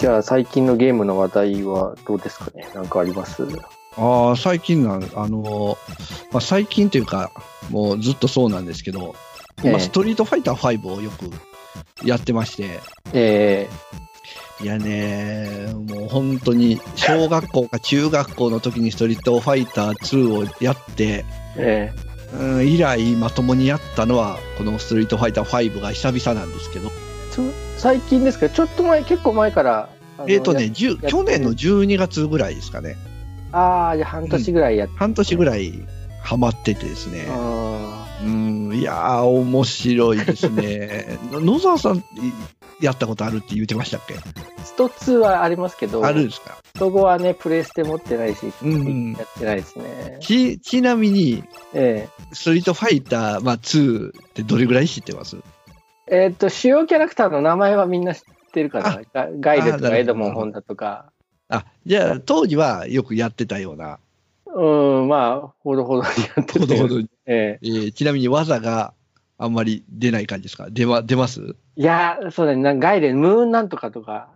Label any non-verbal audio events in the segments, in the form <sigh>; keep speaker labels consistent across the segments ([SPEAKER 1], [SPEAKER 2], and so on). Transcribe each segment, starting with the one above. [SPEAKER 1] じゃあ最近のゲームの話題はどうですかねなんかあります
[SPEAKER 2] ああ、最近なん、あのーまあ、最近というか、もうずっとそうなんですけど、
[SPEAKER 1] え
[SPEAKER 2] ま
[SPEAKER 1] え
[SPEAKER 2] あ、ストリートファイター5をよくやってまして、
[SPEAKER 1] え
[SPEAKER 2] いやねー、もう本当に小学校か中学校の時にストリートファイター2をやって、
[SPEAKER 1] ええ
[SPEAKER 2] うん、以来まともにやったのは、このストリートファイター5が久々なんですけど、
[SPEAKER 1] えちょ最近ですかちょっと前、結構前から。あの
[SPEAKER 2] えっ、とね、
[SPEAKER 1] や
[SPEAKER 2] 10去年の12月ぐらいですかね、
[SPEAKER 1] ああ、じゃあ半年ぐらいやって、
[SPEAKER 2] 半年ぐらいハマっててですね。
[SPEAKER 1] あ
[SPEAKER 2] うん、いやー、面白いで
[SPEAKER 1] <laughs>
[SPEAKER 2] すね。の野沢さん、いやったことあるって言ってましたっけ
[SPEAKER 1] ースト2はありますけど、
[SPEAKER 2] あるんですか
[SPEAKER 1] スト5はね、プレイステ持ってないし、
[SPEAKER 2] うんうん
[SPEAKER 1] やってないですね。
[SPEAKER 2] ち、ちなみに、
[SPEAKER 1] え
[SPEAKER 2] ストリートファイター、まあ、2ってどれぐらい知ってます
[SPEAKER 1] ええーっと、主要キャラクターの名前はみんな知ってるかな。ガガイルと
[SPEAKER 2] あーなるほ
[SPEAKER 1] か
[SPEAKER 2] ど
[SPEAKER 1] エドモン・ホンダとか。
[SPEAKER 2] あ、じゃあ、当時はよくやってたような、
[SPEAKER 1] うん、まあ、ほどほどにやってる
[SPEAKER 2] ほどほどに、
[SPEAKER 1] え
[SPEAKER 2] えーちなみに技があんまり出ない感じですか出ま、出ます
[SPEAKER 1] えいや、そうだね、なんかガイル、ムーンなんとかとか。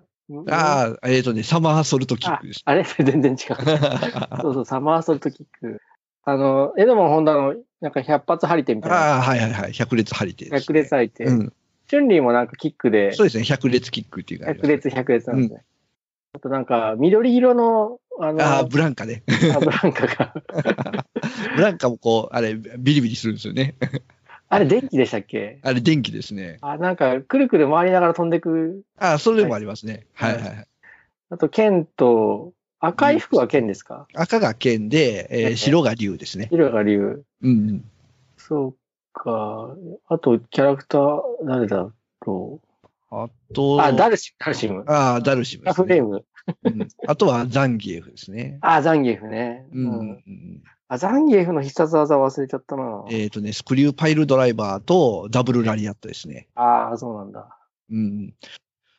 [SPEAKER 1] あ。
[SPEAKER 2] ああ、えっ、とね、サマーソルトキッ
[SPEAKER 1] あ
[SPEAKER 2] クです。
[SPEAKER 1] あれ <laughs> 全
[SPEAKER 2] <laughs>
[SPEAKER 1] 然違う。そうそう、サマーソルトキック。あの、エドモン・ホンダの、なんか100発張り手みたいな。
[SPEAKER 2] ああ、はいはいはい。百列張り手です、
[SPEAKER 1] 100列張り手。
[SPEAKER 2] う
[SPEAKER 1] チ
[SPEAKER 2] ん。
[SPEAKER 1] ュンリーもなんかキックで、
[SPEAKER 2] そうですね。百列キックっていう感じ、
[SPEAKER 1] 100列、100列なんですね。あとなんか、緑色の、あの、
[SPEAKER 2] ああ、
[SPEAKER 1] あ
[SPEAKER 2] ブランカね。
[SPEAKER 1] ブランカ
[SPEAKER 2] <laughs>
[SPEAKER 1] が、
[SPEAKER 2] ブランカもこう、あれ、ビリビリするんですよね。 <laughs>
[SPEAKER 1] あれ電気でしたっけ
[SPEAKER 2] あれ、電気ですね。
[SPEAKER 1] あ、なんか、くるくる回りながら飛んでく。
[SPEAKER 2] ああ、それでもありますね。
[SPEAKER 1] は
[SPEAKER 2] はいいはいはい。
[SPEAKER 1] あと、剣と、赤い服は剣ですか
[SPEAKER 2] 赤が剣で、え
[SPEAKER 1] はいは
[SPEAKER 2] ー
[SPEAKER 1] い
[SPEAKER 2] 白が竜ですね。
[SPEAKER 1] 色が竜。
[SPEAKER 2] うんうん。
[SPEAKER 1] そうか。あと、キャラクター、誰だろ
[SPEAKER 2] あ
[SPEAKER 1] う。
[SPEAKER 2] と、
[SPEAKER 1] あ、ダルシム、ダルシム。
[SPEAKER 2] ああダルシム
[SPEAKER 1] ラ
[SPEAKER 2] です
[SPEAKER 1] フレ
[SPEAKER 2] ね、
[SPEAKER 1] ーム。
[SPEAKER 2] うんあとはザンギエフですね。
[SPEAKER 1] あ、ザンギエフね。
[SPEAKER 2] うんうん
[SPEAKER 1] う
[SPEAKER 2] うんん、
[SPEAKER 1] あ、ザンギエフの必殺技忘れちゃったな。
[SPEAKER 2] えっ、とね、スクリューパイルドライバーとダブルラリアットですね。
[SPEAKER 1] ああ、そうなんだ。
[SPEAKER 2] うんうん。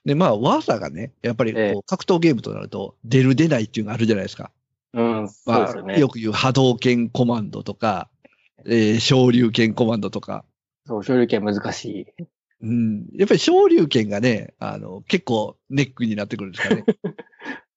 [SPEAKER 2] で、まあ、技がね、やっぱりこう、
[SPEAKER 1] ええ
[SPEAKER 2] 格闘ゲームとなると、出る出ないっていうのがあるじゃないですか。
[SPEAKER 1] うん、そう
[SPEAKER 2] ま
[SPEAKER 1] で
[SPEAKER 2] あ
[SPEAKER 1] すよ
[SPEAKER 2] よ
[SPEAKER 1] ね。
[SPEAKER 2] く言う波動拳コマンドとか、えー、昇竜拳コマンドとか、
[SPEAKER 1] そう、昇竜拳難しい。
[SPEAKER 2] うんやっぱり昇竜拳がね、あの、結構ネックになってくるんですかね。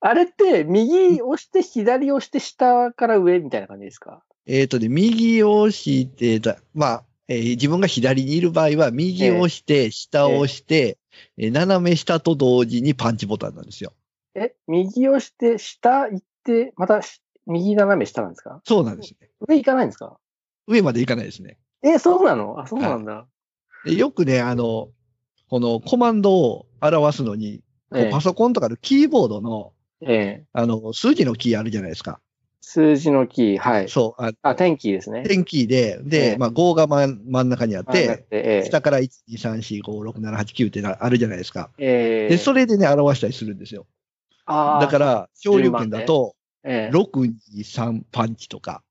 [SPEAKER 1] あれって、右押して、左押して、下から上みたいな感じですか
[SPEAKER 2] えっとね、右を押して、えーとまあ、えー自分が左にいる場合は、右を押して、下を押して、えー斜め下と同時にパンチボタンなんですよ。
[SPEAKER 1] え、右押して、下行って、またし右斜め下なんですか
[SPEAKER 2] そうなんですね。
[SPEAKER 1] 上行かないんですか
[SPEAKER 2] 上までいかないですね。
[SPEAKER 1] え、そうなのあ、そうなんだ。
[SPEAKER 2] でよくね、あの、このコマンドを表すのに、こう
[SPEAKER 1] え
[SPEAKER 2] パソコンとかのキーボードの、
[SPEAKER 1] えええ
[SPEAKER 2] あの、数字のキーあるじゃないですか。
[SPEAKER 1] 数字のキー、はい。
[SPEAKER 2] そう、あ
[SPEAKER 1] あ、天気ですね。
[SPEAKER 2] 点キーで、
[SPEAKER 1] ええ
[SPEAKER 2] で、まあ、5が真ん真ん中にあっ、
[SPEAKER 1] あなっててえ
[SPEAKER 2] 下から1、2、3、4、5、6、7、8、9ってなあるじゃないですか。
[SPEAKER 1] えええ
[SPEAKER 2] で、それでね、表したりするんですよ。
[SPEAKER 1] あー
[SPEAKER 2] だから、
[SPEAKER 1] そう
[SPEAKER 2] 昇竜拳だと、
[SPEAKER 1] ええ
[SPEAKER 2] 6、2、3パンチとか。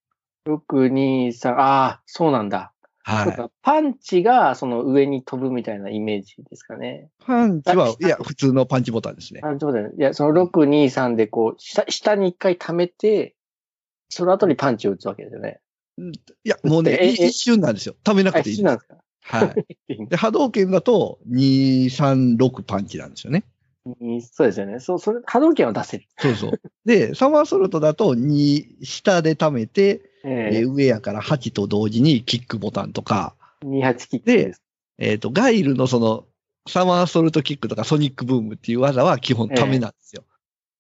[SPEAKER 1] 6、2、3、ああ、そうなんだ。そう <laughs>
[SPEAKER 2] は
[SPEAKER 1] かパンチがその上に飛ぶみたいなイメージですかね。
[SPEAKER 2] い。パンチは、
[SPEAKER 1] 下
[SPEAKER 2] いや、普通のパンチボタンですね。
[SPEAKER 1] あそうだよね。いや、その6、2、3でこう、下下に一回溜めて、その後にパンチを打つわけですよね。
[SPEAKER 2] いや、もうね、
[SPEAKER 1] え
[SPEAKER 2] い
[SPEAKER 1] え
[SPEAKER 2] 一瞬なんですよ。溜めな
[SPEAKER 1] あ、
[SPEAKER 2] くてい
[SPEAKER 1] 一
[SPEAKER 2] い
[SPEAKER 1] 緒
[SPEAKER 2] んで
[SPEAKER 1] なん
[SPEAKER 2] す。
[SPEAKER 1] ですか
[SPEAKER 2] は
[SPEAKER 1] <laughs>
[SPEAKER 2] い。で、波動拳だと、2、3、6パンチなんですよね。
[SPEAKER 1] うんそうですよね。そう、それ、波動拳を出せる。
[SPEAKER 2] そ
[SPEAKER 1] <laughs>
[SPEAKER 2] うそう。で、サマーソルトだと、2、下で溜めて、
[SPEAKER 1] え
[SPEAKER 2] えー上やから8と同時にキックボタンとか、
[SPEAKER 1] え28キックです。
[SPEAKER 2] えっ、と、ガイルのその、サマーソルトキックとかソニックブームっていう技は基本ためなんですよ。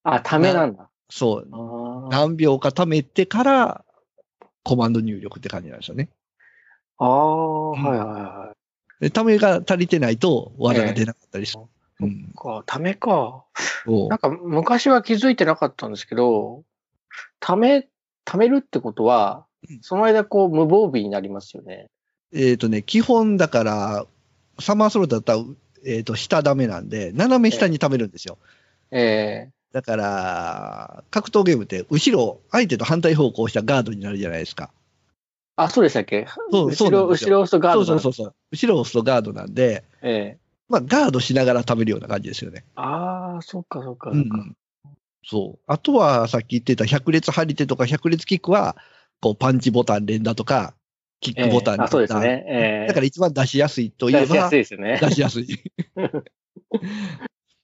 [SPEAKER 1] あ、ためなんだ。
[SPEAKER 2] そう
[SPEAKER 1] あ。ー
[SPEAKER 2] 何秒かためてから、コマンド入力って感じなんですよね。
[SPEAKER 1] あー、はいはいはい。
[SPEAKER 2] で、ためが足りてないと技が出なかったりする。うん。
[SPEAKER 1] か、ためか。
[SPEAKER 2] そう
[SPEAKER 1] なんか昔は気づいてなかったんですけど、ため、ためるってことは、その間こう無防備になりますよね。
[SPEAKER 2] えっ、とね、基本だから、サマーソルトだったら、えっ、と、下ダメなんで、斜め下に溜めるんですよ。
[SPEAKER 1] え
[SPEAKER 2] だから、格闘ゲームって、後ろ、相手と反対方向をしたガードになるじゃないですか。
[SPEAKER 1] ーあ、そうでしたっけ
[SPEAKER 2] そう
[SPEAKER 1] 後
[SPEAKER 2] そうな
[SPEAKER 1] ろ、
[SPEAKER 2] んです
[SPEAKER 1] 後
[SPEAKER 2] よ
[SPEAKER 1] ろ押すとガード
[SPEAKER 2] そうそう
[SPEAKER 1] う。
[SPEAKER 2] そうそう。後ろを押すとガードなんで、
[SPEAKER 1] ええ
[SPEAKER 2] まあ、ガードしながら食べるような感じですよね。
[SPEAKER 1] ああ、そっかそっか
[SPEAKER 2] う
[SPEAKER 1] そっ
[SPEAKER 2] ん
[SPEAKER 1] か。
[SPEAKER 2] そう。あとは、さっき言ってた百列張り手とか百列キックは、こう、パンチボタン連打とか、キッ
[SPEAKER 1] ええ
[SPEAKER 2] クボタン連打、
[SPEAKER 1] あ、そうですね。ええ
[SPEAKER 2] だから一番出しやすいといえ
[SPEAKER 1] 出しや <laughs>
[SPEAKER 2] ば、
[SPEAKER 1] すいですよね。
[SPEAKER 2] 出しやすい。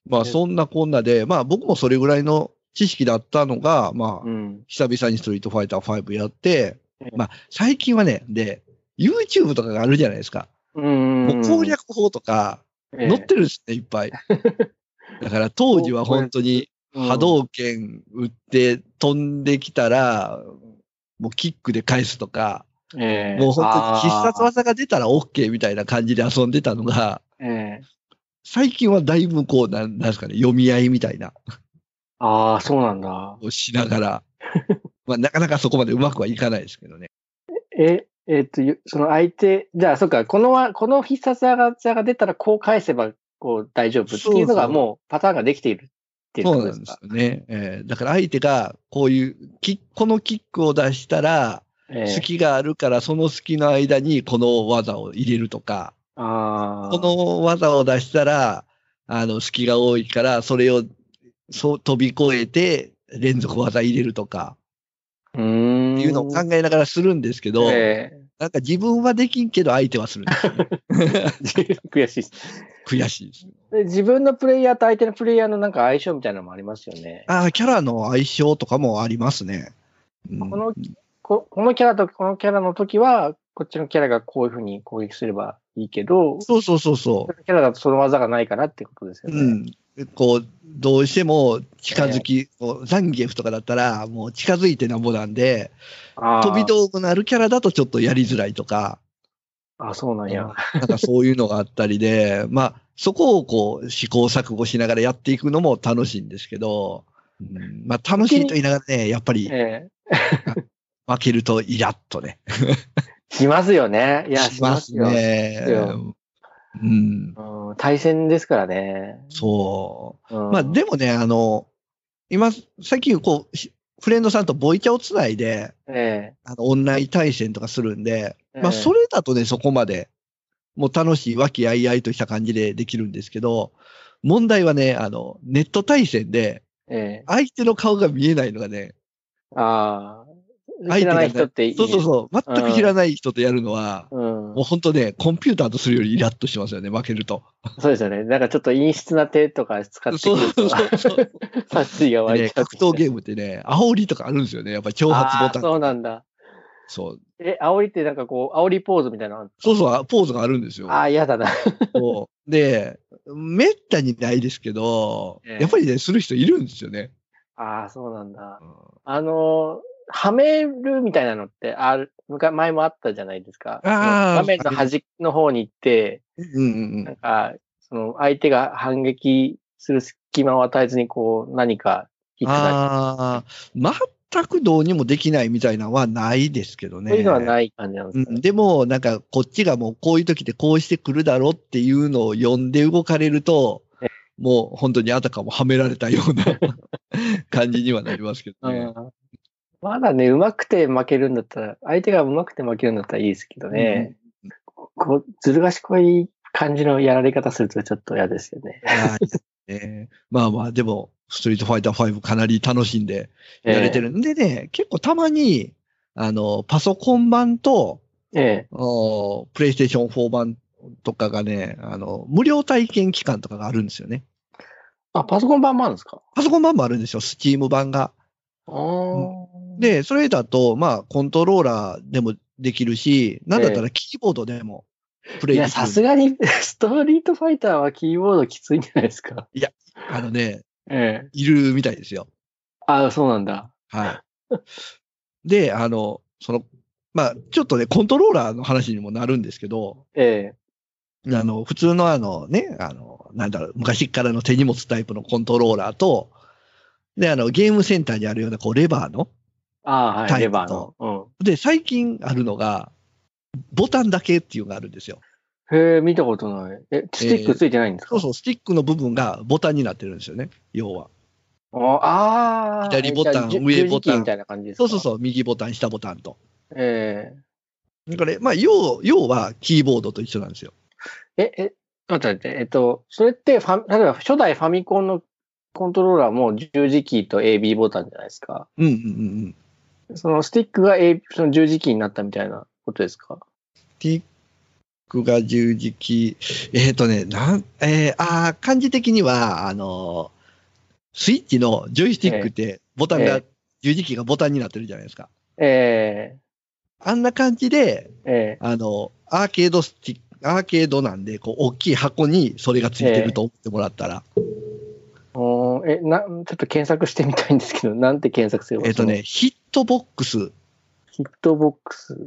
[SPEAKER 2] まあ、
[SPEAKER 1] ね
[SPEAKER 2] そんなこんなで、まあ、僕もそれぐらいの知識だったのが、まあ、
[SPEAKER 1] うん。
[SPEAKER 2] 久々にストリートファイター5やって
[SPEAKER 1] ええ、
[SPEAKER 2] まあ、最近はね、で、YouTube とかがあるじゃないですか。
[SPEAKER 1] うん。
[SPEAKER 2] もう攻略法とか、
[SPEAKER 1] ええ、
[SPEAKER 2] 載ってるんですね、い
[SPEAKER 1] <laughs>
[SPEAKER 2] っぱい。だから当時は本当に
[SPEAKER 1] うん
[SPEAKER 2] 波動拳打って飛んできたら、もうキックで返すとか、
[SPEAKER 1] ええ
[SPEAKER 2] もう本当に必殺
[SPEAKER 1] あー
[SPEAKER 2] 技が出たら OK みたいな感じで遊んでたのが、
[SPEAKER 1] ええ
[SPEAKER 2] 最近はだいぶこう、なんなんですかね、読み合いみたいな、
[SPEAKER 1] ああ、そうなんだ。
[SPEAKER 2] をしな
[SPEAKER 1] <laughs>
[SPEAKER 2] がら。まあ、なかなかそこまでうまくはいかないですけどね。
[SPEAKER 1] え、えっと、ゆその相手、じゃあ、そっか、このわ、この必殺技が出たら、こう返せば、こう大丈夫っていうの
[SPEAKER 2] そう
[SPEAKER 1] が、
[SPEAKER 2] そう
[SPEAKER 1] もうパターンができているっていうこ
[SPEAKER 2] そう
[SPEAKER 1] と
[SPEAKER 2] な
[SPEAKER 1] です
[SPEAKER 2] んで
[SPEAKER 1] か。
[SPEAKER 2] すよね。えーだから相手がこういうキッ、このキックを出したら、
[SPEAKER 1] ええ
[SPEAKER 2] 隙があるから、その隙の間にこの技を入れるとか、
[SPEAKER 1] ああ。
[SPEAKER 2] この技を出したら、あの、隙が多いから、それをそう飛び越えて、連続技入れるとか、
[SPEAKER 1] うーん。
[SPEAKER 2] いうのを考えながらするんですけど、
[SPEAKER 1] ええ
[SPEAKER 2] なんか自分はできんけど相手はするん
[SPEAKER 1] <laughs>
[SPEAKER 2] ですよね。
[SPEAKER 1] 悔しいです
[SPEAKER 2] 悔しいです。
[SPEAKER 1] で自分のプレイヤーと相手のプレイヤーのなんか相性みたいなのもありますよね。
[SPEAKER 2] ああ、キャラの相性とかもありますね。うん
[SPEAKER 1] このここのキャラとこのキャラの時は、こっちのキャラがこういうふうに攻撃すればいいけど、
[SPEAKER 2] そうそうそうそ
[SPEAKER 1] このキャラだとその技がないからってことです
[SPEAKER 2] う。
[SPEAKER 1] よ
[SPEAKER 2] う
[SPEAKER 1] ね。
[SPEAKER 2] ん。こう、どうしても近づき、こうザンギエフとかだったら、もう近づいてなんぼなんで、
[SPEAKER 1] ああ
[SPEAKER 2] 飛び道具のあるキャラだとちょっとやりづらいとか、
[SPEAKER 1] あ、そうなんや。
[SPEAKER 2] なんかそういうのがあったりで、 <laughs> まあ、そこをこう、試行錯誤しながらやっていくのも楽しいんですけど、うんまあ、楽しいと言いながらね、やっぱり
[SPEAKER 1] ええ
[SPEAKER 2] 負けるとイラッとね、
[SPEAKER 1] しますよね。いや、
[SPEAKER 2] しますね
[SPEAKER 1] しますよ。
[SPEAKER 2] うん、
[SPEAKER 1] うん、対戦ですからね。
[SPEAKER 2] そう。
[SPEAKER 1] うん
[SPEAKER 2] まあでもね、あの、今、最近こう、しフレンドさんとボイチャをつないで、
[SPEAKER 1] え
[SPEAKER 2] あの、オンライン対戦とかするんで、
[SPEAKER 1] え
[SPEAKER 2] まあ
[SPEAKER 1] ええ
[SPEAKER 2] それだとね、そこまで、もう楽しい、和気あいあいとした感じでできるんですけど、問題はね、あの、ネット対戦で、
[SPEAKER 1] ええ
[SPEAKER 2] 相手の顔が見えないのがね、
[SPEAKER 1] ああ。
[SPEAKER 2] 相手
[SPEAKER 1] 知ら
[SPEAKER 2] が
[SPEAKER 1] ない
[SPEAKER 2] ね
[SPEAKER 1] 人っていい、ね。
[SPEAKER 2] そうそうそう、全く知らない人とやるのは、
[SPEAKER 1] う。うん
[SPEAKER 2] もう、本当ね、コンピューターとするよりイラッとしますよね、負けると。
[SPEAKER 1] そうですよね。なんかちょっと陰湿な手とか使ってく
[SPEAKER 2] そう
[SPEAKER 1] る
[SPEAKER 2] そう
[SPEAKER 1] と、 <laughs>
[SPEAKER 2] そう。
[SPEAKER 1] 殺意が湧い <laughs>
[SPEAKER 2] ね、
[SPEAKER 1] ちゃう。
[SPEAKER 2] 格闘ゲームってね、煽りとかあるんですよね。やっぱり挑発ボ
[SPEAKER 1] あ
[SPEAKER 2] タ
[SPEAKER 1] ー
[SPEAKER 2] ン。
[SPEAKER 1] そうなんだ。
[SPEAKER 2] そう。
[SPEAKER 1] え、煽りってなんかこう、煽りポーズみたいなのある
[SPEAKER 2] そうそう、あポーズがあるんですよ。
[SPEAKER 1] ああ、嫌だな。
[SPEAKER 2] そうで、めったにないですけど、
[SPEAKER 1] ええ
[SPEAKER 2] やっぱりね、する人いるんですよね。
[SPEAKER 1] ああ、そうなんだ。
[SPEAKER 2] うん
[SPEAKER 1] あのー、はめるみたいなのって、ある、昔前もあったじゃないですか。
[SPEAKER 2] あー
[SPEAKER 1] 画面の端の方に行って、
[SPEAKER 2] うんうんう
[SPEAKER 1] なんんか、その、相手が反撃する隙間を与えずに、こう、何か引っか
[SPEAKER 2] ああ、全くどうにもできないみたいなのはないですけど
[SPEAKER 1] か
[SPEAKER 2] ね。
[SPEAKER 1] そういうのはない感じなんですか
[SPEAKER 2] うん
[SPEAKER 1] ね。
[SPEAKER 2] でも、なんか、こっちがもうこういう時でこうしてくるだろうっていうのを読んで動かれると
[SPEAKER 1] え、
[SPEAKER 2] もう本当にあたかもはめられたような
[SPEAKER 1] <laughs>
[SPEAKER 2] 感じにはなりますけどね。
[SPEAKER 1] うんまだね、上手くて負けるんだったら、相手が上手くて負けるんだったらいいですけどね、こう、ずる賢い感じのやられ方するとちょっと嫌ですよね。
[SPEAKER 2] はいねまあまあ、でも、ストリートファイター5かなり楽しんでやれてるんでね、結構たまに、あの、パソコン版と、
[SPEAKER 1] ええ。
[SPEAKER 2] おプレイステーション4版とかがね、あの、無料体験期間とかがあるんですよね。
[SPEAKER 1] あ、パソコン版もあるんですか
[SPEAKER 2] パソコン版もあるんですよ、スチーム版が。
[SPEAKER 1] あー、
[SPEAKER 2] で、それだと、まあ、コントローラーでもできるし、なんだったらキーボードでもプレ
[SPEAKER 1] い
[SPEAKER 2] イで
[SPEAKER 1] や、
[SPEAKER 2] きる。
[SPEAKER 1] さすがに、 <laughs> ストリートファイターはキーボードきついんじゃないですか。
[SPEAKER 2] あのね、
[SPEAKER 1] ええ。
[SPEAKER 2] いるみたいですよ。
[SPEAKER 1] あそうなんだ。
[SPEAKER 2] はい。で、あの、その、まあ、ちょっとね、コントローラーの話にもなるんですけど、
[SPEAKER 1] え
[SPEAKER 2] あの、普通のあのね、あの、なんだろう、昔からの手荷物タイプのコントローラーと、で、あの、ゲームセンターにあるような、こう、レバーの。
[SPEAKER 1] ああー、はい、
[SPEAKER 2] タイプ
[SPEAKER 1] レバーの。う
[SPEAKER 2] で、最近あるのが、ボタンだけっていうのがあるんですよ。
[SPEAKER 1] ん。へえ、見たことない。え、スティックついてないんですか、
[SPEAKER 2] そうそう、スティックの部分がボタンになってるんですよね、要は。
[SPEAKER 1] ああー。
[SPEAKER 2] 左ボタン
[SPEAKER 1] じゃあ
[SPEAKER 2] 上ボ
[SPEAKER 1] 十字
[SPEAKER 2] タン
[SPEAKER 1] キーみたいな感じですか
[SPEAKER 2] そうそうそう、右ボタン、下ボタンと。
[SPEAKER 1] う。ええ。
[SPEAKER 2] だから、まあ、要、要はキーボードと一緒なんですよ。
[SPEAKER 1] え、え、待って待って、えっと、それってファ、例えば初代ファミコンのコントローラーも十字キーと AB ボタンじゃないですか。
[SPEAKER 2] うんうんうんうん。
[SPEAKER 1] そのスティックが、A、その十字キーになったみたいなことですか
[SPEAKER 2] ティッックが十字キー。えっ、とね、なん、えー、あー漢字的には、あのースイッチのジョイスティックってボタンが、
[SPEAKER 1] ええ
[SPEAKER 2] 十字キーがボタンになってるじゃないですか。
[SPEAKER 1] え
[SPEAKER 2] あんな感じで、
[SPEAKER 1] ええ
[SPEAKER 2] あの、アーケードスティック、アーケードなんで、こう、大きい箱にそれがついてると思ってもらったら、
[SPEAKER 1] えおーえ、な、ちょっと検索してみたいんですけど、なんて検索すれば
[SPEAKER 2] えっ、とね、。ヒットボックス
[SPEAKER 1] そのヒットボックス。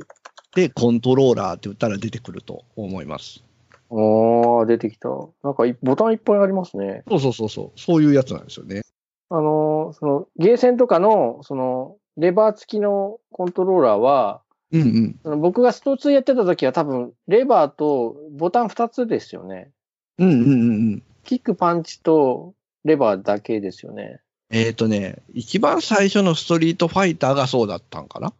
[SPEAKER 2] でコントローラーって打ったら出てくると思います。
[SPEAKER 1] おー、出てきた。なんかい、ボタンいっぱいありますね。
[SPEAKER 2] そうそうそうそう、そういうやつなんですよね。
[SPEAKER 1] あのー、その、ゲーセンとかの、その、レバー付きのコントローラーは、
[SPEAKER 2] うんうん。
[SPEAKER 1] その僕がスト2やってた時は多分、レバーとボタン2つですよね。
[SPEAKER 2] うんうんうんうん。
[SPEAKER 1] キック、パンチとレバーだけですよね。
[SPEAKER 2] えっ、とね、一番最初のストリートファイターがそうだったんかな。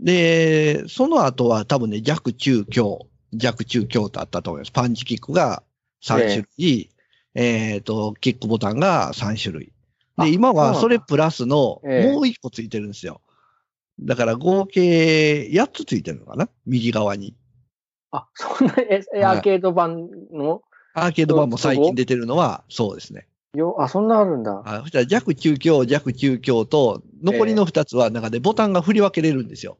[SPEAKER 2] で、その後は多分ね、弱中強、弱中強とあったと思います。パンチキックが3種類、えっ、と、キックボタンが3種類。
[SPEAKER 1] あ
[SPEAKER 2] で、今
[SPEAKER 1] そうなん
[SPEAKER 2] は
[SPEAKER 1] だ
[SPEAKER 2] それプラスのもう
[SPEAKER 1] ええ
[SPEAKER 2] 1個ついてるんですよ。だから合計8つついてるのかな右側に。
[SPEAKER 1] あ、そんな、え、え
[SPEAKER 2] はい
[SPEAKER 1] アーケード版の
[SPEAKER 2] アーケード版も最近出てるのは、そうですね。
[SPEAKER 1] よ、あ、そんなあるんだ。
[SPEAKER 2] あそしたら弱中強、弱中強と、残りの2つは中でボタンが振り分けれるんですよ。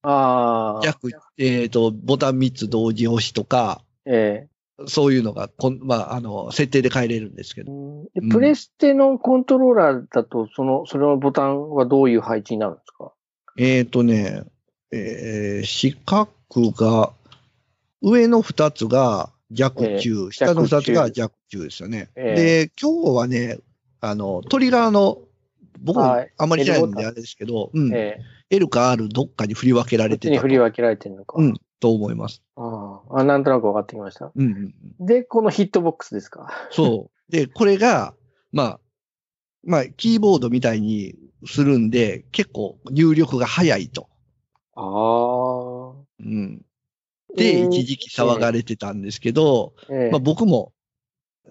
[SPEAKER 1] ああ。
[SPEAKER 2] 弱、えっ、と、ボタン3つ同時押しとか、
[SPEAKER 1] え
[SPEAKER 2] そういうのがこん、まあ、あの、設定で変えれるんですけ
[SPEAKER 1] え
[SPEAKER 2] ど。
[SPEAKER 1] で
[SPEAKER 2] うん
[SPEAKER 1] プレステのコントローラーだと、その、それのボタンはどういう配置になるんですか
[SPEAKER 2] えっ、とね、えー四角が、上の2つが弱中、下の2つが弱中ですよね。
[SPEAKER 1] ええ
[SPEAKER 2] で、今日はね、あの、トリガーの、僕も
[SPEAKER 1] はい
[SPEAKER 2] あんまり知らないん
[SPEAKER 1] L ボ
[SPEAKER 2] で
[SPEAKER 1] タン
[SPEAKER 2] あれですけど、うん。
[SPEAKER 1] ええ
[SPEAKER 2] L か R どっかに振り分けら
[SPEAKER 1] こ
[SPEAKER 2] れ
[SPEAKER 1] ってち
[SPEAKER 2] た
[SPEAKER 1] に
[SPEAKER 2] と
[SPEAKER 1] 振り分けられてるのか。
[SPEAKER 2] うん、と思います。
[SPEAKER 1] あーあ、なんとなく分かってきました。
[SPEAKER 2] うんうんうん、
[SPEAKER 1] で、このヒットボックスですか。
[SPEAKER 2] そう。で、これが、まあ、まあ、キーボードみたいにするんで、結構入力が早いと。
[SPEAKER 1] ああ。
[SPEAKER 2] うん、で、
[SPEAKER 1] えー
[SPEAKER 2] 一時期騒がれてたんですけど、
[SPEAKER 1] ええ
[SPEAKER 2] まあ、僕も、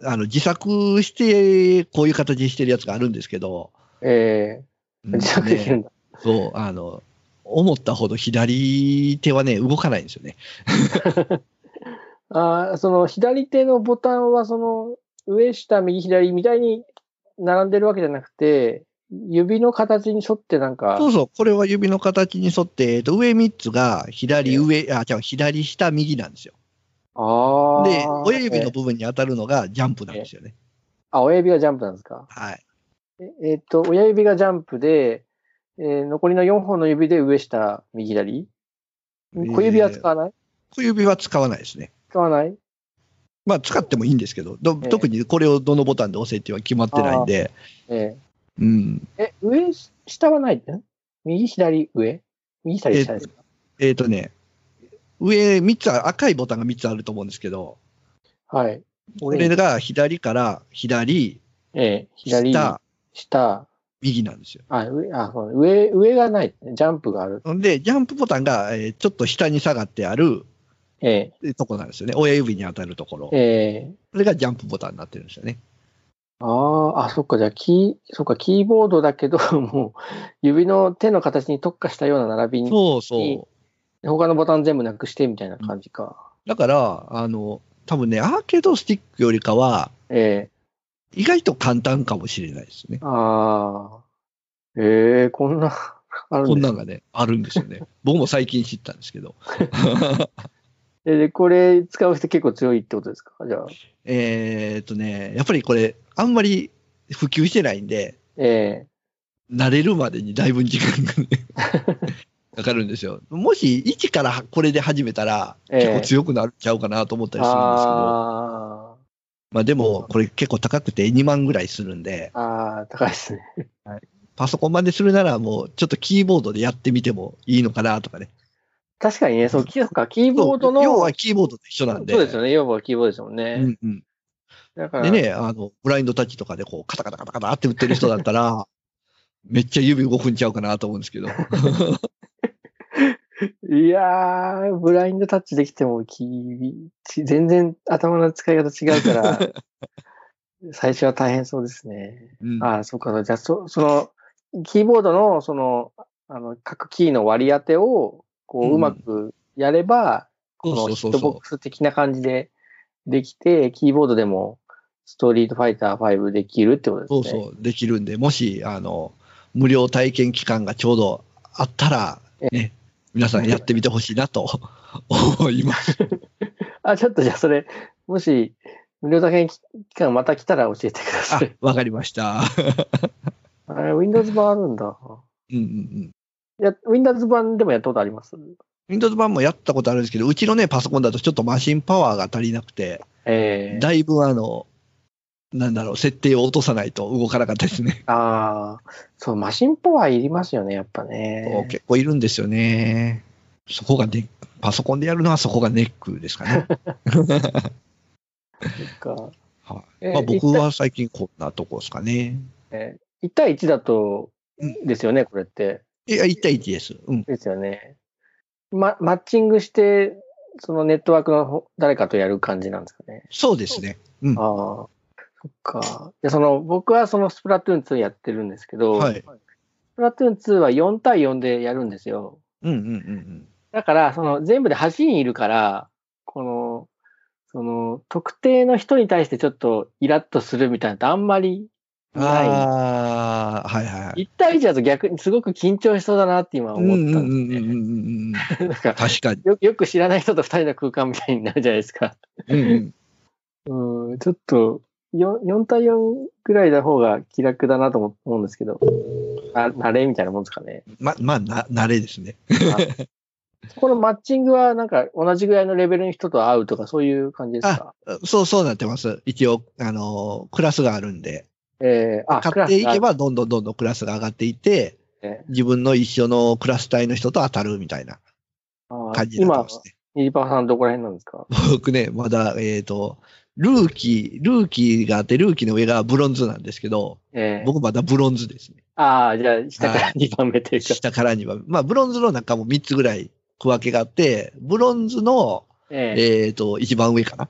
[SPEAKER 2] あの、自作して、こういう形にしてるやつがあるんですけど、
[SPEAKER 1] ええ
[SPEAKER 2] うん
[SPEAKER 1] 自作できるん
[SPEAKER 2] ね
[SPEAKER 1] だ。
[SPEAKER 2] そう、あの、思ったほど左手はね、動かないんですよね。
[SPEAKER 1] ああ、その左手のボタンは、その上下右左みたいに並んでるわけじゃなくて、指の形に沿ってなんか、
[SPEAKER 2] そうそう、これは指の形に沿って、えっと、上3つが左上、あ、違う、左下右なんですよ。
[SPEAKER 1] ああ。
[SPEAKER 2] で、親指
[SPEAKER 1] え
[SPEAKER 2] の
[SPEAKER 1] え
[SPEAKER 2] 部分に当たるのがジャンプなんですよね。
[SPEAKER 1] あ、親指がジャンプなんですか。
[SPEAKER 2] はい。
[SPEAKER 1] ええっと、親指がジャンプで、えー残りの4本の指で上下右左小指は使わない、
[SPEAKER 2] 小指は使わないですね。
[SPEAKER 1] 使わない
[SPEAKER 2] まあ、使ってもいいんですけど、ど
[SPEAKER 1] ええ
[SPEAKER 2] 特にこれをどのボタンで押せっていうのは決まってないんで、
[SPEAKER 1] え
[SPEAKER 2] うん。
[SPEAKER 1] ええ、上、下はないん右左上右左下ですか、
[SPEAKER 2] えっ、とね、上3つあ、赤いボタンが3つあると思うんですけど、
[SPEAKER 1] はい。
[SPEAKER 2] これが左から左、
[SPEAKER 1] ええ、左、下
[SPEAKER 2] 下、、
[SPEAKER 1] 下
[SPEAKER 2] 右なんですよ。
[SPEAKER 1] あ、上、あ、そう上、上がない。ジャンプがある。
[SPEAKER 2] ほんで、ジャンプボタンが、えーちょっと下に下がってある
[SPEAKER 1] え
[SPEAKER 2] えーとこなんですよね。親指に当たるところ
[SPEAKER 1] え、。ええ、
[SPEAKER 2] それがジャンプボタンになってるんですよね。
[SPEAKER 1] ああ、あ、そっか、じゃあ、キー、そっか、キーボードだけど、 <laughs> もう、指の手の形に特化したような並びに、
[SPEAKER 2] そう
[SPEAKER 1] いい
[SPEAKER 2] そう。
[SPEAKER 1] 他のボタン全部なくして、みたいな感じか。
[SPEAKER 2] だから、あの、多分ね、アーケードスティックよりかは、
[SPEAKER 1] え
[SPEAKER 2] 意外と簡単かもしれないですね
[SPEAKER 1] え、。ああ、ええ、こんな、ある
[SPEAKER 2] こ
[SPEAKER 1] んで
[SPEAKER 2] んな
[SPEAKER 1] す
[SPEAKER 2] んがね、あるんですよ
[SPEAKER 1] <laughs>
[SPEAKER 2] ね。僕も最近知ったんですけど。
[SPEAKER 1] えで、これ使う人結構強いってことですかじゃあ。
[SPEAKER 2] えーっとね、やっぱりこれ、あんまり普及してないんで、
[SPEAKER 1] え
[SPEAKER 2] 慣れるまでにだいぶ時
[SPEAKER 1] <laughs>
[SPEAKER 2] 間がね、かかるんですよ。もし、一からこれで始めたら、
[SPEAKER 1] ええ
[SPEAKER 2] 結構強くなっちゃうかなと思った
[SPEAKER 1] え
[SPEAKER 2] りするんですけど、
[SPEAKER 1] あ
[SPEAKER 2] まあでも、これ結構高くて2万ぐらいするんで
[SPEAKER 1] あ、、ああ、高いですね。
[SPEAKER 2] パソコンまでするならもう、ちょっとキーボードでやってみてもいいのかなとかね。
[SPEAKER 1] 確かにね、そう、キーか、キーボードの、
[SPEAKER 2] 要はキーボードと一緒なんで。
[SPEAKER 1] そうですよね、要はキーボードですもんね。
[SPEAKER 2] うんうん。
[SPEAKER 1] だから、
[SPEAKER 2] でね、あの、ブラインドタッチとかでこう、カタカタカタカタって打ってる人だっ
[SPEAKER 1] <laughs>
[SPEAKER 2] たら、めっちゃ指動くんちゃうかなと思うんですけど。
[SPEAKER 1] いやー、ブラインドタッチできてもきびち、全然頭の使い方違う
[SPEAKER 2] <laughs>
[SPEAKER 1] から、最初は大変そうですね。
[SPEAKER 2] うん
[SPEAKER 1] ああ、そうか、じゃあ、そその、キーボードの、その、あの、各キーの割り当てを、こ
[SPEAKER 2] う
[SPEAKER 1] う、
[SPEAKER 2] ん
[SPEAKER 1] うまくやれば、この
[SPEAKER 2] そう
[SPEAKER 1] ヒ
[SPEAKER 2] そうそうそ
[SPEAKER 1] ット
[SPEAKER 2] う
[SPEAKER 1] ボックス的な感じでできて、キーボードでもストリートファイター5できるってことです
[SPEAKER 2] そ
[SPEAKER 1] ね
[SPEAKER 2] う。そう、できるんで、もし、あの、無料体験期間がちょうどあったら、ね、皆さんやってみてほしいなと <laughs> 思
[SPEAKER 1] <laughs>
[SPEAKER 2] います。
[SPEAKER 1] あ、ちょっとじゃあそれ、もし、無料体験期間また来たら教えてくだ
[SPEAKER 2] あ
[SPEAKER 1] さい。、
[SPEAKER 2] わかりました。 <laughs>
[SPEAKER 1] あれ、Windows 版あるんだ。
[SPEAKER 2] うんうんうん。
[SPEAKER 1] いや、Windows 版でもやったことあります
[SPEAKER 2] Windows 版もやったことあるんですけど、うちのね、パソコンだとちょっとマシンパワーが足りなくて、
[SPEAKER 1] ええ
[SPEAKER 2] だいぶあの、なんだろう、設定を落とさないと動かなかったですね。
[SPEAKER 1] ああ、そう、マシンパワーいりますよね、やっぱね。
[SPEAKER 2] 結構いるんですよね。そこがね、パソコンでやるのはそこがネックですか
[SPEAKER 1] <laughs>
[SPEAKER 2] ね。
[SPEAKER 1] そっか
[SPEAKER 2] は
[SPEAKER 1] えー
[SPEAKER 2] まあ、僕
[SPEAKER 1] 一対
[SPEAKER 2] は最近こんなとこですかね。
[SPEAKER 1] えー1対1だと
[SPEAKER 2] う、
[SPEAKER 1] ですよね、これって。
[SPEAKER 2] いや、1対1です。うん。
[SPEAKER 1] ですよね。ま、マッチングして、そのネットワークのほ誰かとやる感じなんですかね。
[SPEAKER 2] そうですね。うん
[SPEAKER 1] ああ、そっか。で、その、僕はそのスプラトゥーン2やってるんですけど、
[SPEAKER 2] はい
[SPEAKER 1] スプラトゥーン2は4対4でやるんですよ。
[SPEAKER 2] うんうんうんうん。
[SPEAKER 1] だから、その、全部で8人いるから、この、その、特定の人に対してちょっとイラッとするみたいなのってあんまりな
[SPEAKER 2] ああ、はいはいはい
[SPEAKER 1] い。。1対1だと逆にすごく緊張しそうだなって今
[SPEAKER 2] うんうん
[SPEAKER 1] 思っ
[SPEAKER 2] う
[SPEAKER 1] た
[SPEAKER 2] ん
[SPEAKER 1] ん
[SPEAKER 2] うんう
[SPEAKER 1] で
[SPEAKER 2] ん
[SPEAKER 1] す
[SPEAKER 2] う
[SPEAKER 1] ね。
[SPEAKER 2] んう
[SPEAKER 1] <laughs>
[SPEAKER 2] ん。
[SPEAKER 1] なんか
[SPEAKER 2] 確かに。
[SPEAKER 1] よよく知らない人と2人の空間みたいになるじゃないですか。
[SPEAKER 2] うんうん、
[SPEAKER 1] うん、ちょっと4、4対4ぐらいの方が気楽だなとも思うんですけど、あ慣れみたいなもんですかね。
[SPEAKER 2] ま、まあ、な、慣れですね。
[SPEAKER 1] このマッチングはなんか同じぐらいのレベルの人と会うとかそういう感じですか
[SPEAKER 2] そう、そうなってます。一応、あのークラスがあるんで。
[SPEAKER 1] えー、あ、
[SPEAKER 2] 買っていけ
[SPEAKER 1] クラ
[SPEAKER 2] ば、どんどんどんどんクラスが上がっていって
[SPEAKER 1] え、
[SPEAKER 2] 自分の一緒のクラス体の人と当たるみたいな
[SPEAKER 1] スがあ
[SPEAKER 2] 感
[SPEAKER 1] ー
[SPEAKER 2] じにな
[SPEAKER 1] 今
[SPEAKER 2] ってま、すね。
[SPEAKER 1] ニリパさんどこら辺なんですか
[SPEAKER 2] 僕ね、まだ、えっ、と、ルーキー、ルーキーがあって、ルーキーの上がブロンズなんですけど、
[SPEAKER 1] えー、
[SPEAKER 2] 僕まだブロンズですね。
[SPEAKER 1] ああ、じゃあ下から
[SPEAKER 2] は
[SPEAKER 1] 2番目というか。
[SPEAKER 2] 下からには。まあ、ブロンズの中も3つぐらい区分けがあって、ブロンズの、
[SPEAKER 1] えー、
[SPEAKER 2] えっ、と、一番上かな。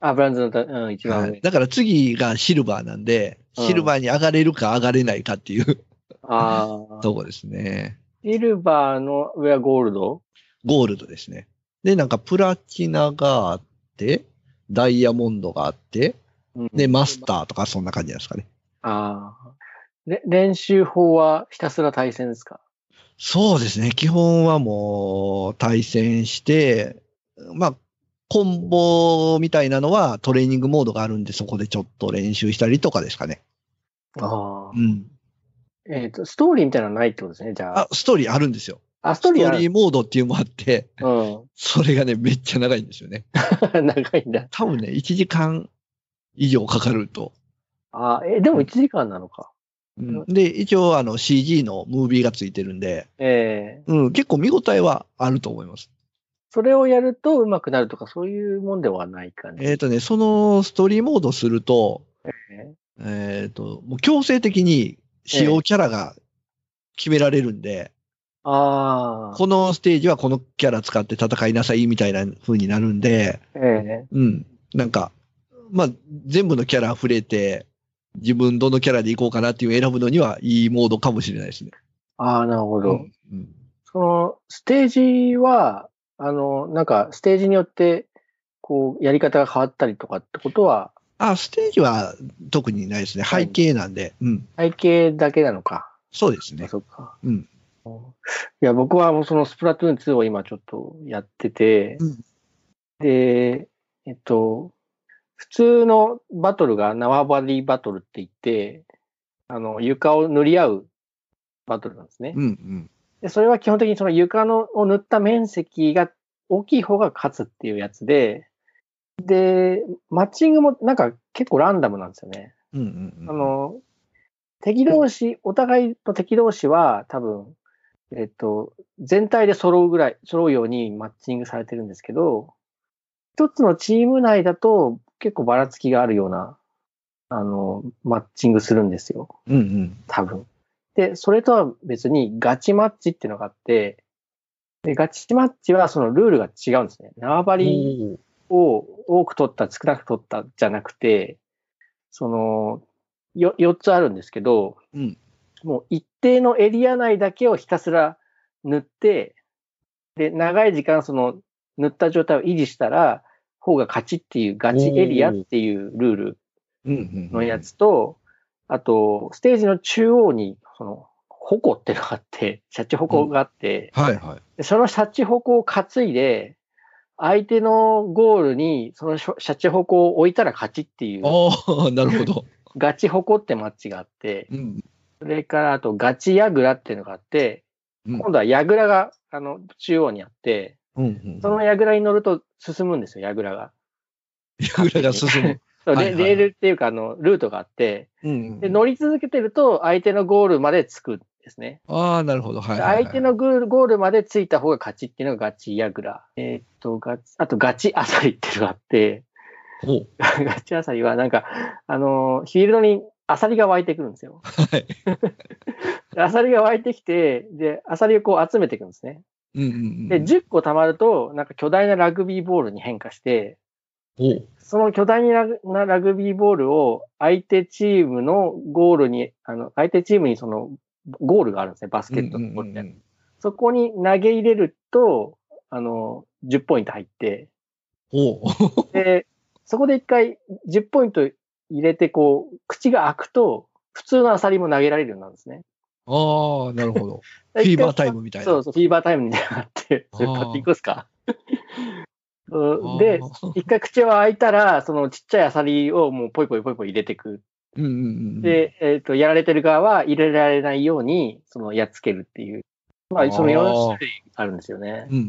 [SPEAKER 1] あ、ブランズのた、うん、一番
[SPEAKER 2] は
[SPEAKER 1] 上。
[SPEAKER 2] いだから次がシルバーなんで、
[SPEAKER 1] うん
[SPEAKER 2] シルバーに上がれるか上がれないかっていう
[SPEAKER 1] ああ、
[SPEAKER 2] とこですね。
[SPEAKER 1] シルバーの上はゴールド
[SPEAKER 2] ゴールドですね。で、なんかプラチナがあって、ダイヤモンドがあって、
[SPEAKER 1] うん
[SPEAKER 2] で、マスターとかそんな感じなんですかね。
[SPEAKER 1] ああ。れ練習法はひたすら対戦ですか
[SPEAKER 2] そうですね。基本はもう対戦して、まあ、コンボみたいなのはトレーニングモードがあるんで、そこでちょっと練習したりとかですかね。
[SPEAKER 1] ああ
[SPEAKER 2] う。ん。
[SPEAKER 1] えっ、と、ストーリーみたいなのはないってことですね、じゃあ。
[SPEAKER 2] あ、ストーリーあるんですよ。
[SPEAKER 1] あ、ストー
[SPEAKER 2] スト
[SPEAKER 1] リーは
[SPEAKER 2] ーリーモードっていうのもあって、それがね、めっちゃ長いんですよね。
[SPEAKER 1] うん。 <laughs> 長いんだ。
[SPEAKER 2] 多分ね、1時間以上かかると。
[SPEAKER 1] ああ、え、でも1時間なのか。
[SPEAKER 2] うん、で、一応あの CG のムービーがついてるんで、
[SPEAKER 1] ええ
[SPEAKER 2] うん、結構見応えはあると思います。
[SPEAKER 1] それをやると上手くなるとか、そういうもんではない感じ。
[SPEAKER 2] えっ、とね、そのストーリーモードすると、
[SPEAKER 1] え
[SPEAKER 2] えっ、と、もう強制的に使用キャラが決められるんで、
[SPEAKER 1] ああ。
[SPEAKER 2] このステージはこのキャラ使って戦いなさいみたいな風になるんで、
[SPEAKER 1] ええ
[SPEAKER 2] うん、なんか、まあ、全部のキャラ触れて、自分どのキャラでいこうかなっていう選ぶのにはいいモードかもしれないですね。
[SPEAKER 1] ああ、なるほど。
[SPEAKER 2] うんうん
[SPEAKER 1] その、ステージは、あの、なんか、ステージによって、こう、やり方が変わったりとかってことは、
[SPEAKER 2] あ、ステージは特にないですね。
[SPEAKER 1] はい
[SPEAKER 2] 背景なんで。うん。
[SPEAKER 1] 背景だけなのか。
[SPEAKER 2] そうですね
[SPEAKER 1] あ。そっか。
[SPEAKER 2] うん
[SPEAKER 1] いや、僕はもうそのスプラトゥーン2を今ちょっとやってて、
[SPEAKER 2] うん
[SPEAKER 1] で、えっと、普通のバトルが縄張りバトルって言って、あの、床を塗り合うバトルなんですね。
[SPEAKER 2] うんうん。
[SPEAKER 1] でそれは基本的にその床のを塗った面積が大きい方が勝つっていうやつで、で、マッチングもなんか結構ランダムなんですよね。
[SPEAKER 2] うんうんうん。
[SPEAKER 1] あ、の、敵同士、お互いの敵同士は多分、えっと、全体で揃うぐらい、揃うようにマッチングされてるんですけど、一つのチーム内だと結構ばらつきがあるような、あの、マッチングするんですよ。
[SPEAKER 2] うんうん。
[SPEAKER 1] 多分。で、それとは別にガチマッチっていうのがあって、で、ガチマッチはそのルールが違うんですね。縄張りを多く取った、少なく取ったじゃなくて、その、よ、4つあるんですけど、
[SPEAKER 2] うん
[SPEAKER 1] もう一定のエリア内だけをひたすら塗って、で、長い時間その塗った状態を維持したら、方が勝ちっていうガチエリアっていうルール
[SPEAKER 2] うんうんうん
[SPEAKER 1] のや。つと、あと、ステージの中央に、その、矛ってのがあって、シャチ矛があって、
[SPEAKER 2] はいはい。
[SPEAKER 1] でそのシャチ矛を担いで、相手のゴールにそのシャチ矛を置いたら勝ちっていう、
[SPEAKER 2] ああ、なるほど。
[SPEAKER 1] ガチ矛ってマッチがあって、
[SPEAKER 2] うん。
[SPEAKER 1] それからあとガチヤグラっていうのがあって、
[SPEAKER 2] うん
[SPEAKER 1] 今度はヤグラが、あの、中央にあって、
[SPEAKER 2] うんうん。
[SPEAKER 1] そのヤグラに乗ると進むんですよ、ヤグラが。
[SPEAKER 2] ヤグラが進む。
[SPEAKER 1] そう
[SPEAKER 2] はい
[SPEAKER 1] レ
[SPEAKER 2] はいはい
[SPEAKER 1] レールっていうか、あの、ルートがあって、
[SPEAKER 2] <laughs> うんう
[SPEAKER 1] で
[SPEAKER 2] ん。
[SPEAKER 1] 乗り続けてると相手のゴールまで着くんですね。
[SPEAKER 2] ああ、なるほど。はいはいはい。
[SPEAKER 1] 相手のグールゴールまでついた方が勝ちっていうのがガチヤグラ。えーっと、ガチ、あとガチアサリっていうのがあって、
[SPEAKER 2] おう。 <laughs>
[SPEAKER 1] ガチアサリはなんか、あのーフィールドにアサリが湧いてくるんですよ。
[SPEAKER 2] はい。
[SPEAKER 1] でアサリが湧いてきて、で、アサリをこう集めていくんですね。
[SPEAKER 2] うんうんうん。
[SPEAKER 1] で、10個溜まると、なんか巨大なラグビーボールに変化して、
[SPEAKER 2] おう。
[SPEAKER 1] その巨大ななラグビーボールを相手チームのゴールに、あの、相手チームにそのゴールがあるんですね、バスケットのゴールみたいな
[SPEAKER 2] うんうんうん
[SPEAKER 1] そこに投げ入れると、あの、10ポイント入って、
[SPEAKER 2] おう。
[SPEAKER 1] で、そこで一回10ポイント入れて、こう、口が開くと、普通のアサリも投げられるようになるんですね。
[SPEAKER 2] ああ、なるほ
[SPEAKER 1] <laughs>
[SPEAKER 2] ど。フィーバータイムみたいな。
[SPEAKER 1] そうそう、フィーバータイムになって、それ買っていくっす
[SPEAKER 2] <laughs>
[SPEAKER 1] か。うんで、
[SPEAKER 2] あー、
[SPEAKER 1] 一回口は開いたら、そのちっちゃいアサリをもうポイポイポイポイ入れてく。
[SPEAKER 2] うんうんうん。、
[SPEAKER 1] で、えっ、と、やられてる側は入れられないように、その、やっつけるっていう。ま
[SPEAKER 2] あ
[SPEAKER 1] あ、
[SPEAKER 2] ー
[SPEAKER 1] その4種類あるんですよね。
[SPEAKER 2] うんうんう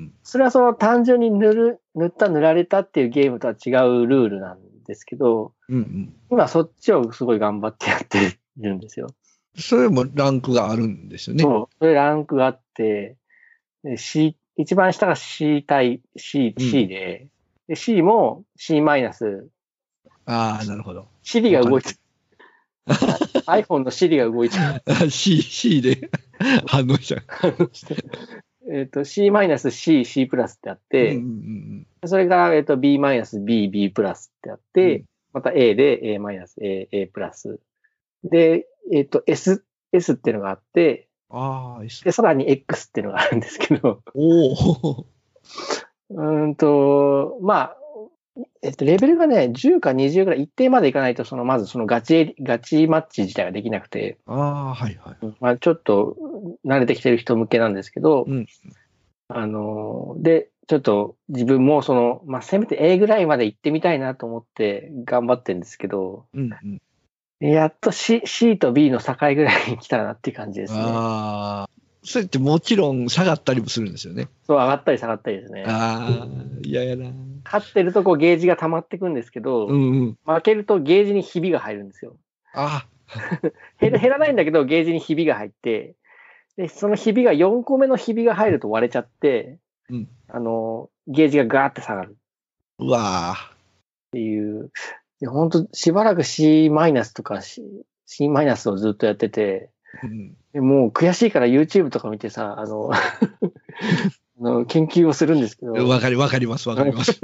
[SPEAKER 2] ん
[SPEAKER 1] それはその単純に塗る、塗った塗られたっていうゲームとは違うルールなんですけど、
[SPEAKER 2] うん。うんうん。
[SPEAKER 1] 今そっちをすごい頑張ってやってるんですよ。
[SPEAKER 2] それもランクがあるんですよね。
[SPEAKER 1] そう。それランクがあって、で C、一番下が C 対 C、
[SPEAKER 2] うん
[SPEAKER 1] C で、で C も C マイナス、
[SPEAKER 2] ああ、なるほど。 <laughs>
[SPEAKER 1] Siri が動いてる。iPhone の Siri が動いてる。
[SPEAKER 2] <laughs> C、C で <laughs> 反応しちゃう。
[SPEAKER 1] えっと、C マイナス C、C プラスってあって、
[SPEAKER 2] うんうんうん
[SPEAKER 1] それから、えっと、B マイナス B、B プラスってあって、
[SPEAKER 2] うん
[SPEAKER 1] また A で A マイナス A、A プラス。で、えっと、S、S っていうのがあって、
[SPEAKER 2] ああ、いいっす
[SPEAKER 1] で、さらに X っていうのがあるんですけど、
[SPEAKER 2] おお。
[SPEAKER 1] うーんと、まあ、えっと、レベルがね、10か20ぐらい一定までいかないと、その、まずそのガチエリ、ガチマッチ自体ができなくて、
[SPEAKER 2] あ <laughs> あ、はいはい。
[SPEAKER 1] まあ、ちょっと慣れてきてる人向けなんですけど、
[SPEAKER 2] うん
[SPEAKER 1] あのー、で、ちょっと自分もその、まあ、せめて A ぐらいまで行ってみたいなと思って頑張ってるんですけど、
[SPEAKER 2] うんうん。
[SPEAKER 1] やっと C, C と B の境ぐらいに来たなっていう感じですね。
[SPEAKER 2] ああ。それってもちろん下がったりもするんですよね。
[SPEAKER 1] そう、上がったり下がったりですね。
[SPEAKER 2] ああ、嫌やな。うん
[SPEAKER 1] 勝ってるとこうゲージが溜まってくんですけど、
[SPEAKER 2] うん。
[SPEAKER 1] 負けるとゲージにひびが入るんですよ。
[SPEAKER 2] あ
[SPEAKER 1] 減る減らないんだけど、ゲージにひびが入って、で、そのひびが4個目のひびが入ると割れちゃって、
[SPEAKER 2] うん
[SPEAKER 1] あのー、ゲージがガーって下がる。
[SPEAKER 2] あ、うわあ。
[SPEAKER 1] っていう、いや本当しばらく C マイナスとか C, C マイナスをずっとやってて、
[SPEAKER 2] うん
[SPEAKER 1] でもう悔しいから YouTube とか見てさ、あの、 <laughs> あの研究をするんですけど、
[SPEAKER 2] わかり、わかります、わかり <laughs> ます。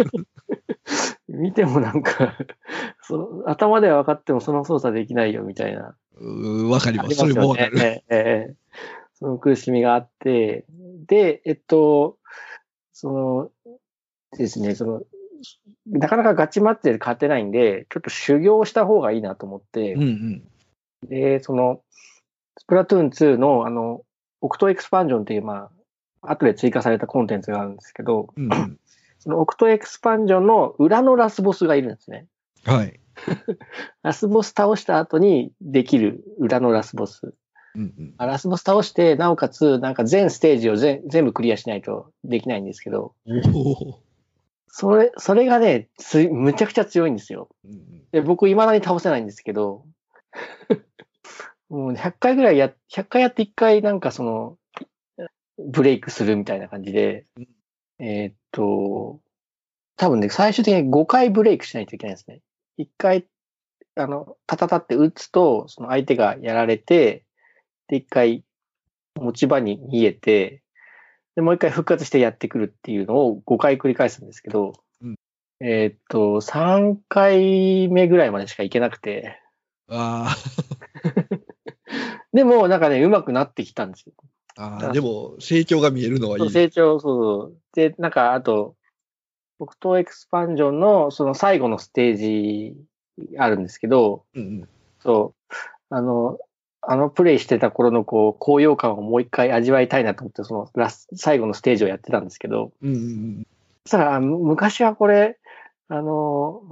[SPEAKER 1] 見てもなんか <laughs> そう、頭では分かってもその操作できないよみたいな。
[SPEAKER 2] うんわかり
[SPEAKER 1] あ
[SPEAKER 2] ま
[SPEAKER 1] り
[SPEAKER 2] す。それもわ
[SPEAKER 1] ね。
[SPEAKER 2] かる。
[SPEAKER 1] ええええその苦しみがあって、で、えっと、その、ですね、その、なかなかガチマッチで勝てないんで、ちょっと修行した方がいいなと思って、
[SPEAKER 2] うんうん。
[SPEAKER 1] で、その、スプラトゥーン2の、あの、オクトエクスパンジョンっていう、まあ、後で追加されたコンテンツがあるんですけど、
[SPEAKER 2] うんうん。
[SPEAKER 1] そのオクトエクスパンジョンの裏のラスボスがいるんですね。
[SPEAKER 2] はい。
[SPEAKER 1] ラスボス倒した後にできる裏のラスボス。
[SPEAKER 2] うんうん。
[SPEAKER 1] あラスボス倒して、なおかつ、なんか全ステージを全全部クリアしないとできないんですけど、
[SPEAKER 2] おお。
[SPEAKER 1] それ、それがね、つむちゃくちゃ強いんですよ。
[SPEAKER 2] うんうん
[SPEAKER 1] で、僕、未だに倒せないんですけど、 <laughs> もう100回ぐらいや、100回やって1回なんかその、ブレイクするみたいな感じで、えーっと、多分ね、最終的に5回ブレイクしないといけないですね。1回、あの、タタタって打つと、その相手がやられて、で、1回持ち場に逃げて、で、もう1回復活してやってくるっていうのを5回繰り返すんですけど、えーっと、3回目ぐらいまでしか行けなくて。
[SPEAKER 2] あ
[SPEAKER 1] でも、なんかね、上手くなってきたんですよ。
[SPEAKER 2] あーでも、成長が見えるのはいい。
[SPEAKER 1] 成長、そうそう。で、なんか、あと、北東エクスパンジョンのその最後のステージあるんですけど、
[SPEAKER 2] うんうん
[SPEAKER 1] そう、あの、あのプレイしてた頃のこう、高揚感をもう一回味わいたいなと思って、そのラス、最後のステージをやってたんですけど、
[SPEAKER 2] うんうん
[SPEAKER 1] そしたら、あむ昔はこれ、あの、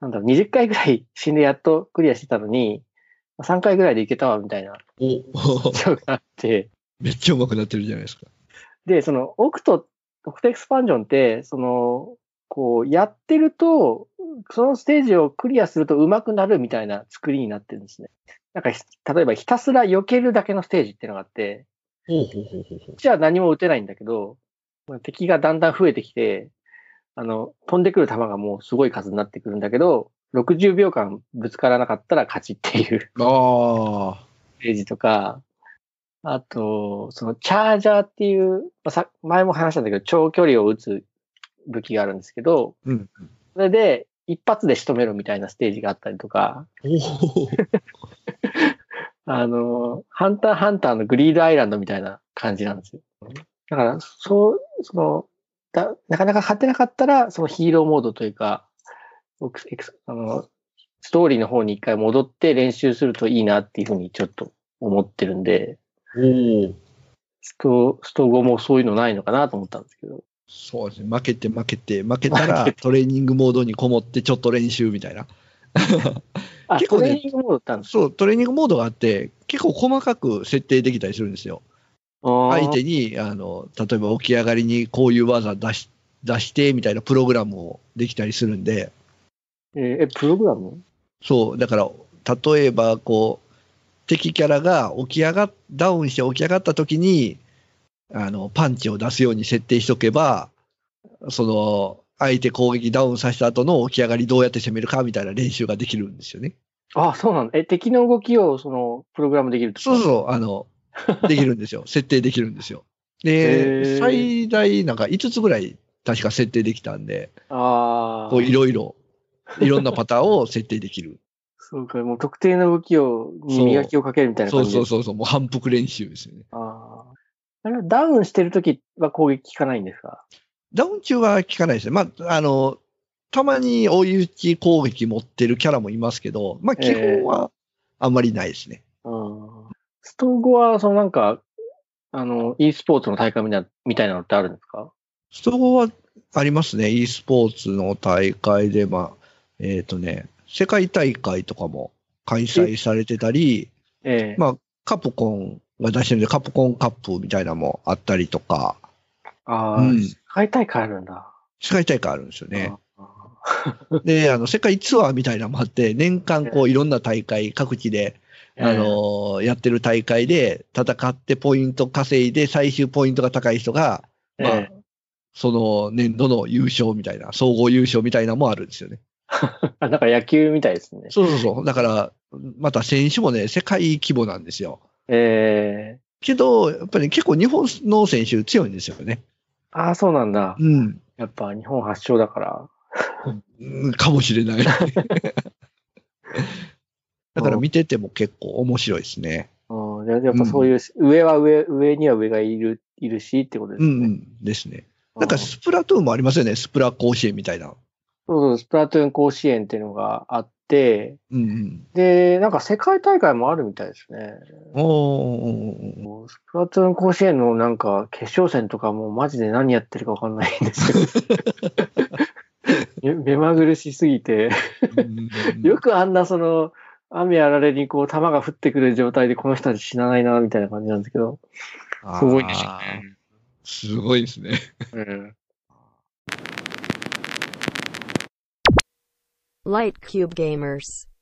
[SPEAKER 1] なんだろう、20回ぐらい死んでやっとクリアしてたのに、3回ぐらいでいけたわ、みたいな
[SPEAKER 2] うんお
[SPEAKER 1] 状況があって、
[SPEAKER 2] <laughs> めっちゃ上手くなってるじゃないですか。
[SPEAKER 1] で、その、オクト、オクトエクスパンジョンって、その、こう、やってると、そのステージをクリアすると上手くなるみたいな作りになってるんですね。なんかひ、例えばひたすら避けるだけのステージっていうのがあって、
[SPEAKER 2] ほうほうほうほうほう。
[SPEAKER 1] じゃあ何も撃てないんだけど、まあ敵がだんだん増えてきて、あの、飛んでくる球がもうすごい数になってくるんだけど、60秒間ぶつからなかったら勝ちっていう。 <laughs>
[SPEAKER 2] ああ。
[SPEAKER 1] ページとか、あと、そのチャージャーっていう、まあさ前も話したんだけど、長距離を撃つ武器があるんですけど、
[SPEAKER 2] うん
[SPEAKER 1] それで一発で仕留めろみたいなステージがあったりとか、
[SPEAKER 2] おお。
[SPEAKER 1] あの、ハンターハンターのグリードアイランドみたいな感じなんですよ。だから、そう、その、だなかなか勝てなかったら、そのヒーローモードというか、オクエクスあのストーリーの方に一回戻って練習するといいなっていうふうにちょっと思ってるんで、
[SPEAKER 2] <laughs> おお。
[SPEAKER 1] スト、スト後もそういうのないのかなと思ったんですけど。
[SPEAKER 2] そうですね。負けて負けて、 <laughs> 負けたら
[SPEAKER 1] 負け
[SPEAKER 2] トレーニングモードにこもってちょっと練習みたいな。
[SPEAKER 1] あ、
[SPEAKER 2] 結構ね
[SPEAKER 1] トレーニングモードだったんです
[SPEAKER 2] そう、トレーニングモードがあって、結構細かく設定できたりするんですよ。相手に、あの、例えば起き上がりにこういう技出し、出してみたいなプログラムをできたりするんで、
[SPEAKER 1] えーえ、プログラム
[SPEAKER 2] そう、だから、例えば、こう、敵キャラが起き上がっ、ダウンして起き上がった時に、あの、パンチを出すように設定しとけば、その、相手攻撃ダウンさせた後の起き上がりどうやって攻めるかみたいな練習ができるんですよね。
[SPEAKER 1] あ、そうなんだ。え、敵の動きを、その、プログラムできるって
[SPEAKER 2] そう
[SPEAKER 1] う。
[SPEAKER 2] そう、あの、できるんで
[SPEAKER 1] <laughs>
[SPEAKER 2] すよ。設定できるんですよ。
[SPEAKER 1] へ
[SPEAKER 2] で、
[SPEAKER 1] ー
[SPEAKER 2] 最大なんか5つぐらい確か設定できたんで、
[SPEAKER 1] あ
[SPEAKER 2] こ
[SPEAKER 1] あ
[SPEAKER 2] う、いろいろ、いろんなパターンを設定できる。
[SPEAKER 1] そうか、もう特定の動きを、に
[SPEAKER 2] そう
[SPEAKER 1] 磨きをかけるみたいな
[SPEAKER 2] そ
[SPEAKER 1] 感
[SPEAKER 2] う
[SPEAKER 1] じ
[SPEAKER 2] そう
[SPEAKER 1] う
[SPEAKER 2] そうそう、もう反復練習ですよね。
[SPEAKER 1] そう。あーあれはダウンしてるときは攻撃効かないんですか
[SPEAKER 2] ダウン中は効かないですね。まあ、あの、たまに追い打ち攻撃持ってるキャラもいますけど、まあ、基本はあんまりないですね。
[SPEAKER 1] うん。スト後は、そのなんか、あの、e スポーツの大会みたいなみたいなのってあるんですか
[SPEAKER 2] そこはありますね。e スポーツの大会で、まあ、えっ、とね、世界大会とかも開催されてたり、
[SPEAKER 1] ええ
[SPEAKER 2] まあ、カプコンが出してるんで、カプコンカップみたいなのもあったりとか、
[SPEAKER 1] ああ、
[SPEAKER 2] うん
[SPEAKER 1] 世界大会あるんだ。
[SPEAKER 2] 世界大会あるんですよね。
[SPEAKER 1] あー
[SPEAKER 2] で、あの、世界ツアーみたいなのもあって、年間こういろんな大会、各地で、あのやってる大会で戦ってポイント稼いで最終ポイントが高い人が、
[SPEAKER 1] え
[SPEAKER 2] まあ
[SPEAKER 1] え
[SPEAKER 2] その年度の優勝みたいな、総合優勝みたいなのもあるんですよね。
[SPEAKER 1] あ、 <laughs> なんか野球みたいですね。
[SPEAKER 2] そうそうそう。だから、また選手もね、世界規模なんですよ。
[SPEAKER 1] ええ
[SPEAKER 2] けど、やっぱり結構日本の選手強いんですよね。
[SPEAKER 1] ああ、そうなんだ。
[SPEAKER 2] うん。
[SPEAKER 1] やっぱ日本発祥だから。
[SPEAKER 2] うんかもしれ <laughs> ない。だから見てても結構面白いですね。
[SPEAKER 1] うん、ややっぱそういう、上は上、上には上がいる、いるしってことです
[SPEAKER 2] う
[SPEAKER 1] ね。
[SPEAKER 2] ん、うん、ですね。
[SPEAKER 1] う
[SPEAKER 2] なんか
[SPEAKER 1] そう
[SPEAKER 2] スプラトゥーンもありますよね。スプラ甲子園みたいな。
[SPEAKER 1] そう、スプラトゥーン甲子園っていうのがあって、
[SPEAKER 2] うんうん。
[SPEAKER 1] で、なんか世界大会もあるみたいですね。
[SPEAKER 2] おーおーおー
[SPEAKER 1] もうスプラトゥーン甲子園のなんか決勝戦とかもうマジで何やってるかわかんないんですけど。め目まぐるしすぎて。よ
[SPEAKER 2] よ
[SPEAKER 1] くあんなその、雨あられにこう、弾が降ってくる状態でこの人たち死なないな、みたいな感じなんですけど。すごいですよね。
[SPEAKER 2] すごいですね。
[SPEAKER 1] うん。
[SPEAKER 3] Light Cube Gamers.